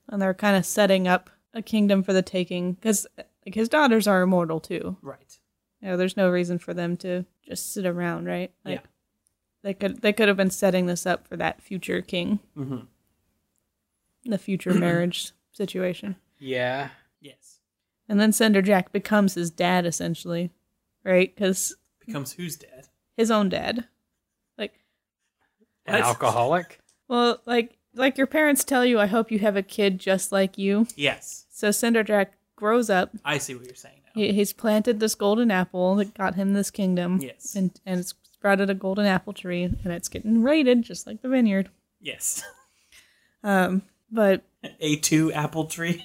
S3: and they're kind of setting up a kingdom for the taking because like his daughters are immortal too.
S1: Right.
S3: You know, there's no reason for them to just sit around, right? Like,
S1: Yeah.
S3: They could they could have been setting this up for that future king.
S1: Mm-hmm.
S3: the future marriage situation.
S4: Yeah.
S1: Yes.
S3: And then Cinder Jack becomes his dad, essentially, right? Because
S1: Becomes who's dead?
S3: his own dad. Like,
S4: An
S1: What?
S4: alcoholic.
S3: well, like, like your parents tell you, I hope you have a kid just like you.
S1: Yes.
S3: So Cinder Jack grows up.
S1: I see what you're saying now.
S3: He, he's planted this golden apple that got him this kingdom.
S1: Yes.
S3: And, and it's sprouted a golden apple tree, and it's getting raided just like the vineyard.
S1: Yes.
S3: Um, but
S1: A2 apple tree.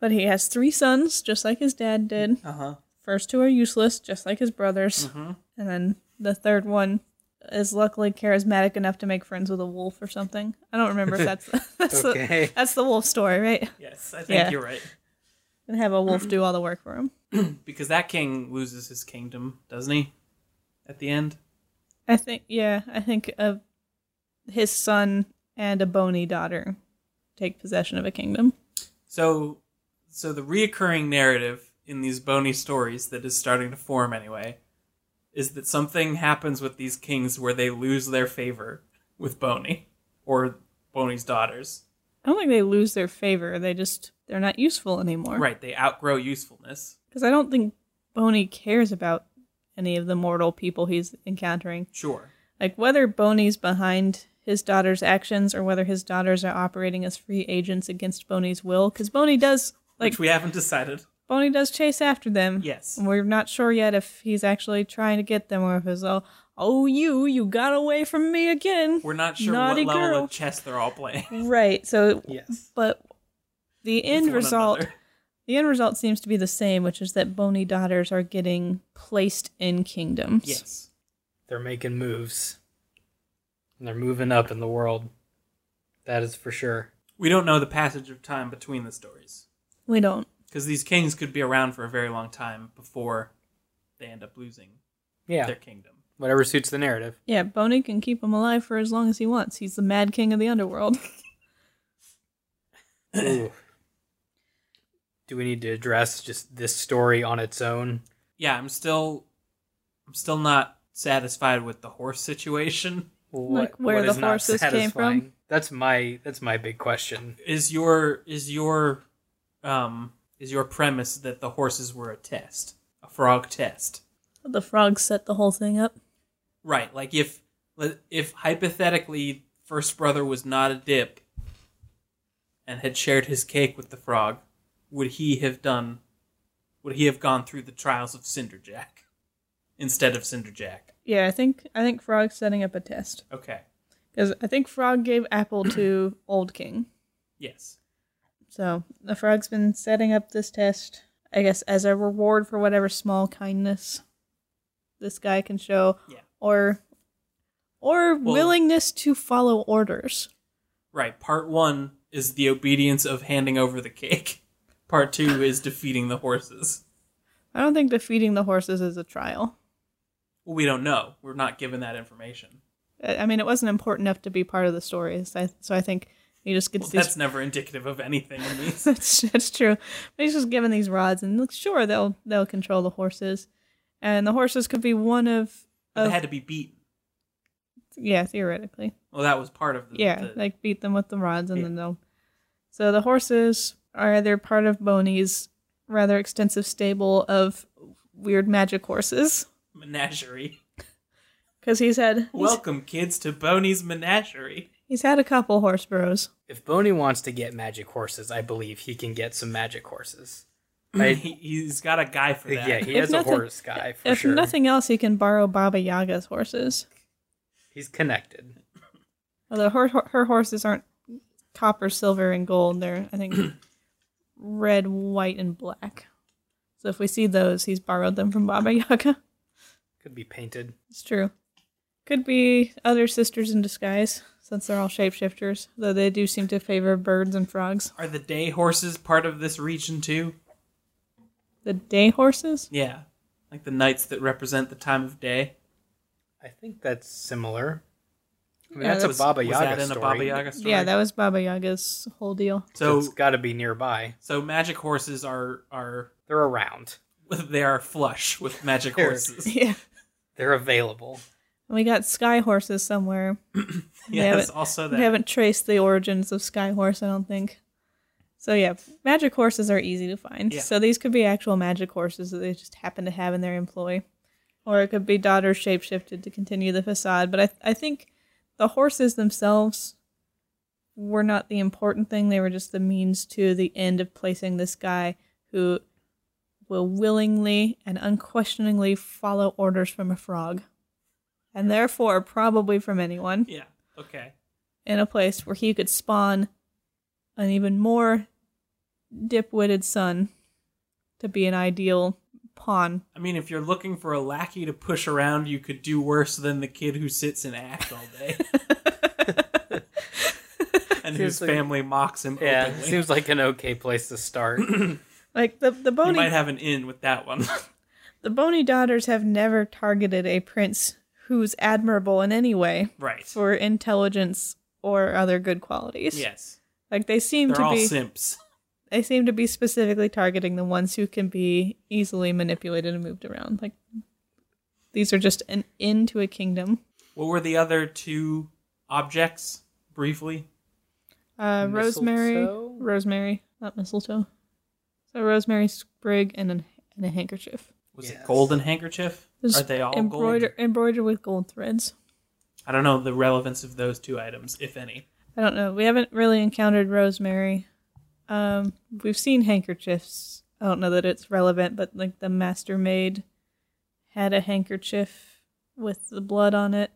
S3: but he has three sons, just like his dad did.
S1: Uh huh.
S3: First two are useless, just like his brothers. And then the third one is luckily charismatic enough to make friends with a wolf or something. I don't remember if that's that's,
S4: Okay.
S3: the, that's the wolf story, right?
S1: Yes, I think
S3: Yeah.
S1: you're right.
S3: And have a wolf do all the work for him.
S1: Because that king loses his kingdom, doesn't he? At the end?
S3: I think, yeah, I think of his son and a bony daughter take possession of a kingdom.
S1: So, so the reoccurring narrative in these bony stories that is starting to form anyway is that something happens with these kings where they lose their favor with Bony or Bony's daughters.
S3: I don't think they lose their favor. They just they're not useful anymore.
S1: Right, they outgrow usefulness.
S3: Because I don't think Bony cares about any of the mortal people he's encountering.
S1: Sure.
S3: like whether Boney's behind his daughter's actions or whether his daughters are operating as free agents against Boney's will, because Boney does like
S1: Which we haven't decided.
S3: Boney does chase after them.
S1: Yes.
S3: and we're not sure yet if he's actually trying to get them or if it's all, oh you, you got away from me again.
S1: We're not sure
S3: Naughty
S1: what level
S3: girl.
S1: of chess they're all playing.
S3: Right. So,
S4: Yes.
S3: but the
S1: with
S3: end
S1: one
S3: result,
S1: another.
S3: the end result seems to be the same, which is that Boney daughters are getting placed in kingdoms.
S1: Yes.
S4: They're making moves. And they're moving up in the world. That is for sure.
S1: We don't know the passage of time between the stories.
S3: We don't.
S1: Because these kings could be around for a very long time before they end up losing
S4: Yeah.
S1: their kingdom.
S4: Whatever suits the narrative.
S3: Yeah, Boney can keep him alive for as long as he wants. He's the mad king of the underworld.
S4: Ooh. Do we need to address just this story on its own?
S1: yeah, I'm still, I'm still not satisfied with the horse situation.
S3: Like, where the
S4: is not
S3: horses came from?
S4: satisfying? That's my that's my big question.
S1: Is your is your, um, is your premise that the horses were a test, a frog test?
S3: The frog set the whole thing up.
S1: Right. Like if if hypothetically first brother was not a dip, and had shared his cake with the frog, would he have done? Would he have gone through the trials of Cinderjack instead of Cinderjack?
S3: Yeah, I think I think Frog's setting up a test
S1: Okay.
S3: because I think Frog gave apple to Old King.
S1: Yes.
S3: So the frog's been setting up this test, I guess, as a reward for whatever small kindness this guy can show,
S1: Yeah.
S3: or or
S1: Well-
S3: willingness to follow orders.
S1: Right. Part one is the obedience of handing over the cake. Part two is defeating the horses.
S3: I don't think defeating the horses is a trial.
S1: Well, we don't know. We're not given that information.
S3: I I mean, it wasn't important enough to be part of the story, so I, so I think he just
S1: Well,
S3: gets these
S1: that's never indicative of anything in these.
S3: that's, that's true. But he's just given these rods, and look, sure they'll they'll control the horses, and the horses could be one of,
S1: They
S3: of
S1: had to be beaten.
S3: yeah theoretically
S1: Well, that was part of the.
S3: yeah
S1: the-
S3: like beat them with the rods and
S1: Yeah.
S3: then they'll so the horses are they're part of Boney's rather extensive stable of weird magic horses
S1: menagerie.
S3: because he's had he's,
S1: Welcome, kids, to Boney's Menagerie.
S3: he's had a couple horse bros.
S4: If Boney wants to get magic horses, I believe he can get some magic horses. I,
S1: He, he's got a guy for that.
S4: yeah, he
S3: If
S4: has
S3: nothing-
S4: a horse guy for
S3: If
S4: sure.
S3: nothing else, he can borrow Baba Yaga's horses.
S4: He's connected.
S3: Although her her horses aren't copper, silver, and gold. They're I think red, white, and black. So if we see those, he's borrowed them from Baba Yaga.
S4: Could be painted.
S3: It's true. Could be other sisters in disguise, since they're all shapeshifters, though they do seem to favor birds and frogs.
S1: Are the day horses part of this region too?
S3: The day horses?
S1: Yeah, like the nights that represent the time of day.
S4: I think that's similar. I mean,
S3: Yeah,
S4: that's a
S3: that's-
S4: Baba
S1: Was
S4: Yaga
S1: that in
S4: story.
S1: a Baba Yaga story?
S3: Yeah, that was Baba Yaga's whole deal.
S1: so.
S4: it's got to be nearby.
S1: So magic horses are are
S4: They're around.
S1: they are flush with magic
S4: They're-
S1: horses.
S3: Yeah.
S4: They're available.
S3: And we got sky horses somewhere.
S1: Yes,
S3: haven't-
S1: also
S3: We
S1: that.
S3: haven't traced the origins of sky horse, I don't think. So yeah, magic horses are easy to find.
S1: Yeah.
S3: So these could be actual magic horses that they just happen to have in their employ, or it could be daughters shapeshifted to continue the facade. But I I think the horses themselves were not the important thing. They were just the means to the end of placing this guy who will willingly and unquestioningly follow orders from a frog, and therefore probably from anyone
S1: Yeah. Okay.
S3: in a place where he could spawn an even more dip-witted son to be an ideal pawn.
S1: I mean, if you're looking for a lackey to push around, you could do worse than the kid who sits in act all day and whose
S4: Seems like-
S1: family mocks him
S4: Yeah,
S1: openly.
S4: seems like an okay place to start.
S3: like the the
S1: you
S3: bony
S1: might have an in with that one.
S3: the bony daughters have never targeted a prince who's admirable in any way
S1: right.
S3: for intelligence or other good qualities.
S1: Yes.
S3: Like they seem
S1: They're
S3: to
S1: all
S3: be
S1: simps.
S3: they seem to be specifically targeting the ones who can be easily manipulated and moved around. Like these are just an end to a kingdom.
S1: What were the other two objects briefly?
S3: Uh, rosemary,
S4: Mistletoe?
S3: rosemary, not mistletoe. So rosemary sprig and a, and a handkerchief.
S1: Was
S4: Yes.
S1: it golden handkerchief?
S3: Just
S1: Are they all
S3: embroider-
S1: gold?
S3: embroidered with gold threads?
S1: I don't know the relevance of those two items, if any.
S3: I don't know. We haven't really encountered rosemary. Um, we've seen handkerchiefs. I don't know that it's relevant, but like the master maid had a handkerchief with the blood on it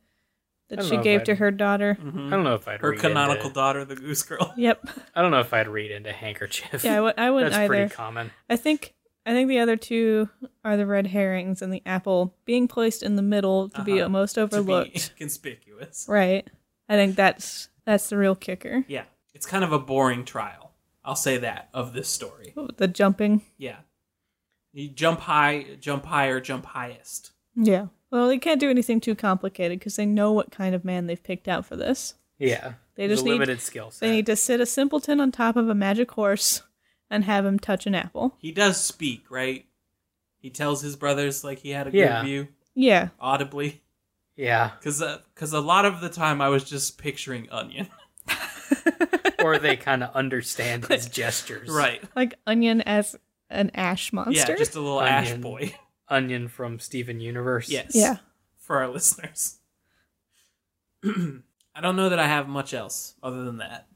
S4: I Mm-hmm.
S3: that
S4: don't
S3: she
S4: know if
S3: gave
S4: I'd-
S3: to her daughter.
S4: I don't know if I'd
S1: Her
S4: read
S1: canonical
S4: Into,
S1: daughter, the goose girl.
S3: Yep.
S4: I don't know if I'd read into handkerchief.
S3: Yeah, I w- I wouldn't
S4: that's
S3: either.
S4: pretty common.
S3: I think I think the other two are the red herrings and the apple being placed in the middle to be
S1: Uh-huh.
S3: almost
S1: to be
S3: overlooked.
S1: conspicuous.
S3: Right. I think that's that's the real kicker.
S1: Yeah. It's kind of a boring trial. I'll say that of this story.
S3: The jumping.
S1: Yeah. You jump high, jump higher, jump highest.
S3: Yeah. Well, they can't do anything too complicated because they know what kind of man they've picked out for this.
S4: Yeah,
S3: They
S4: There's
S3: just need-
S4: a limited skill set.
S3: They need to sit a simpleton on top of a magic horse and have him touch an apple.
S1: He does speak, right? He tells his brothers like he had a
S4: Yeah.
S1: good view
S3: Yeah.
S1: audibly.
S4: yeah,
S1: Because a lot of the time I was just picturing Onion.
S4: or they kind of understand his gestures.
S1: right.
S3: Like onion as an ash monster.
S1: Yeah, just a little ash
S4: Onion.
S1: boy.
S4: Onion from Steven Universe.
S1: Yes.
S3: Yeah.
S1: For our listeners. I don't know that I have much else other than that.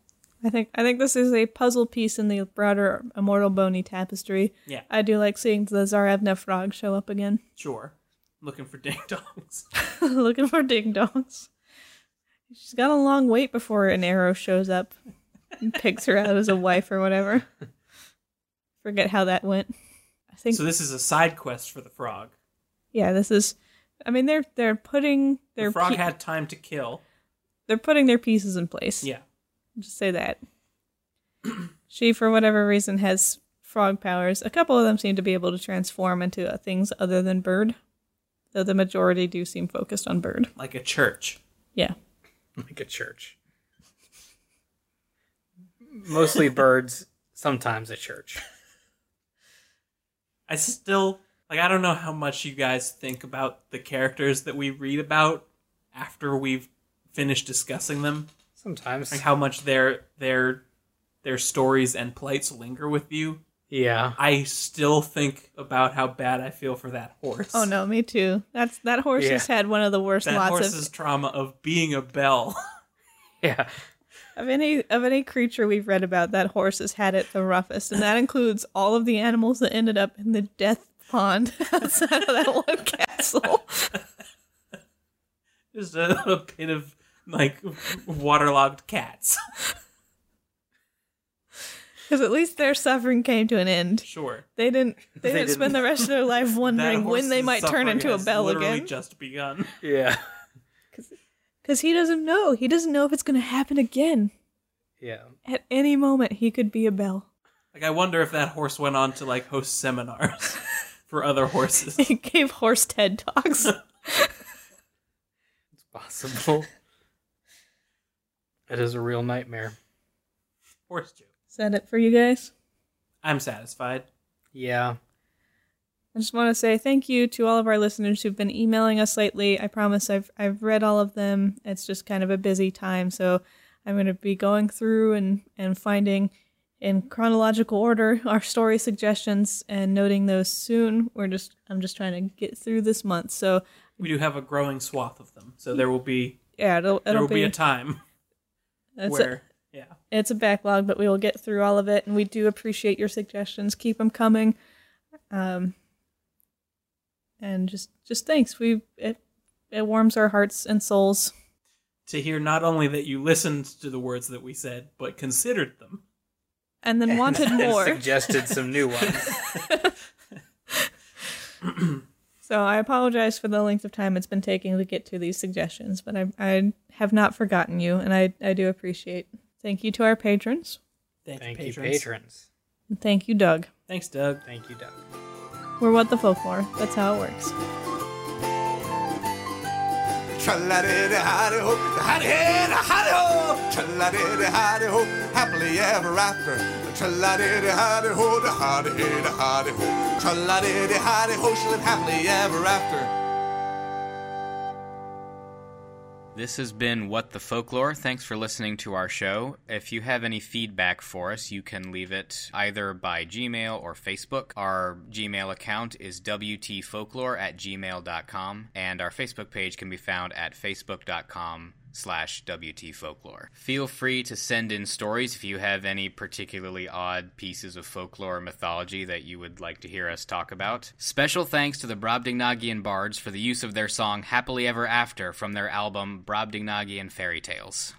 S3: I think I think this is a puzzle piece in the broader immortal bony tapestry.
S1: Yeah.
S3: I do like seeing the Zarevna frog show up again,
S1: Sure. Looking for ding dongs.
S3: looking for ding dongs. She's got a long wait before an arrow shows up and picks her out as a wife or whatever. Forget how that went. I think
S1: So this is a side quest for the frog.
S3: yeah, this is. I mean, they're they're putting
S1: The
S3: their
S1: frog
S3: pe-
S1: had time to kill.
S3: they're putting their pieces in place.
S1: Yeah.
S3: Just say that. she, for whatever reason, has frog powers. A couple of them seem to be able to transform into uh, things other than bird, though the majority do seem focused on bird.
S1: Like a church.
S3: Yeah.
S4: like a church. Mostly birds, sometimes a church.
S1: I still like I don't know how much you guys think about the characters that we read about after we've finished discussing them.
S4: Sometimes,
S1: Like how much their their their stories and plights linger with you.
S4: yeah.
S1: I still think about how bad I feel for that horse.
S3: Oh no, me too. That's that horse
S4: Yeah.
S3: has had one of the worst
S1: That
S3: lots
S1: horse's trauma of being a bell.
S4: Yeah,
S3: of of any of any creature we've read about. That horse has had it the roughest, and that includes all of the animals that ended up in the death pond outside of that one castle.
S1: Just a, a pit of like waterlogged cats.
S5: Because at least their suffering came to an end.
S1: Sure.
S5: They didn't. They,
S4: They
S5: didn't, spend
S4: didn't.
S5: the rest of their life
S1: That
S5: wondering when they
S1: horse's
S5: might turn
S1: suffering
S5: into a
S1: has
S5: bell
S1: literally
S5: again.
S1: Just begun.
S4: Yeah.
S5: Because he doesn't know. He doesn't know if it's going to happen again.
S4: Yeah.
S5: At any moment, he could be a bell.
S1: Like I wonder if that horse went on to like host seminars for other horses.
S5: He gave horse TED talks.
S4: It's possible. it is a real nightmare.
S1: Horse joke.
S3: Is that it for you guys?
S1: I'm satisfied.
S4: Yeah.
S3: I just want to say thank you to all of our listeners who've been emailing us lately. I promise I've I've read all of them. It's just kind of a busy time, so I'm going to be going through and and finding in chronological order our story suggestions and noting those soon. We're just I'm just trying to get through this month. So
S1: We do have a growing swath of them, so there will be
S3: yeah, it'll
S1: there
S3: it'll
S1: will be,
S3: be,
S1: a time
S3: it's a-
S1: where yeah.
S3: it's a backlog, but we will get through all of it. And we do appreciate your suggestions. Keep them coming. Um, and just, just thanks. We, it, it warms our hearts and souls.
S1: To hear not only that you listened to the words that we said, but considered them.
S3: And then wanted
S4: And
S3: more.
S4: suggested some new ones.
S3: So I apologize for the length of time it's been taking to get to these suggestions, but I, I have not forgotten you and I, I do appreciate. Thank you to our patrons.
S1: Thank,
S4: Thank
S1: you,
S4: you,
S1: patrons.
S4: patrons.
S3: And thank you, Doug.
S1: Thanks, Doug.
S4: Thank you, Doug.
S3: We're what the folklore. That's how it works.
S2: Tra-la-di-di-hi-di-ho, hi-di-hi-di-hi-di-ho. Tra-la-di-di-hi-di-ho, happily ever after. Tra-la-di-di-hi-di-ho, da-hi-di-hi-di-ho. Tra-la-di-di-hi-di-ho, she lived happily ever after.
S6: This has been What the Folklore. Thanks for listening to our show. If you have any feedback for us, you can leave it either by Gmail or Facebook. Our Gmail account is WTFolklore at gmail.com, and our Facebook page can be found at facebook.com slash WT Folklore. Feel free to send in stories if you have any particularly odd pieces of folklore or mythology that you would like to hear us talk about. Special thanks to the Brobdingnagian bards for the use of their song Happily Ever After from their album Brobdingnagian Fairy Tales.